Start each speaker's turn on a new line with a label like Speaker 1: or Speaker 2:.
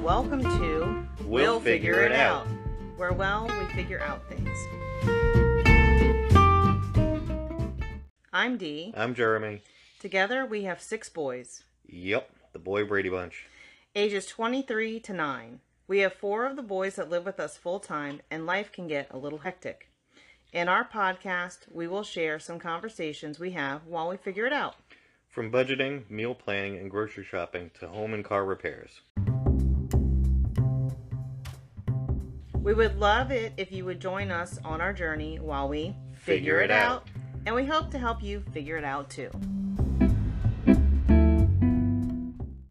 Speaker 1: Welcome to
Speaker 2: We'll Figure It Out.
Speaker 1: where well we figure out things. I'm Dee.
Speaker 2: I'm Jeremy.
Speaker 1: Together we have six boys,
Speaker 2: Yep, the boy Brady Bunch.
Speaker 1: ages 23 to 9. We have four of the boys that live with us full time, and life can get a little hectic. In our podcast, we will share some conversations we have while we figure it out.
Speaker 2: From budgeting, meal planning, and grocery shopping to home and car repairs.
Speaker 1: We would love it if you would join us on our journey while we
Speaker 2: Figure it out.
Speaker 1: And we hope to help you figure it out too.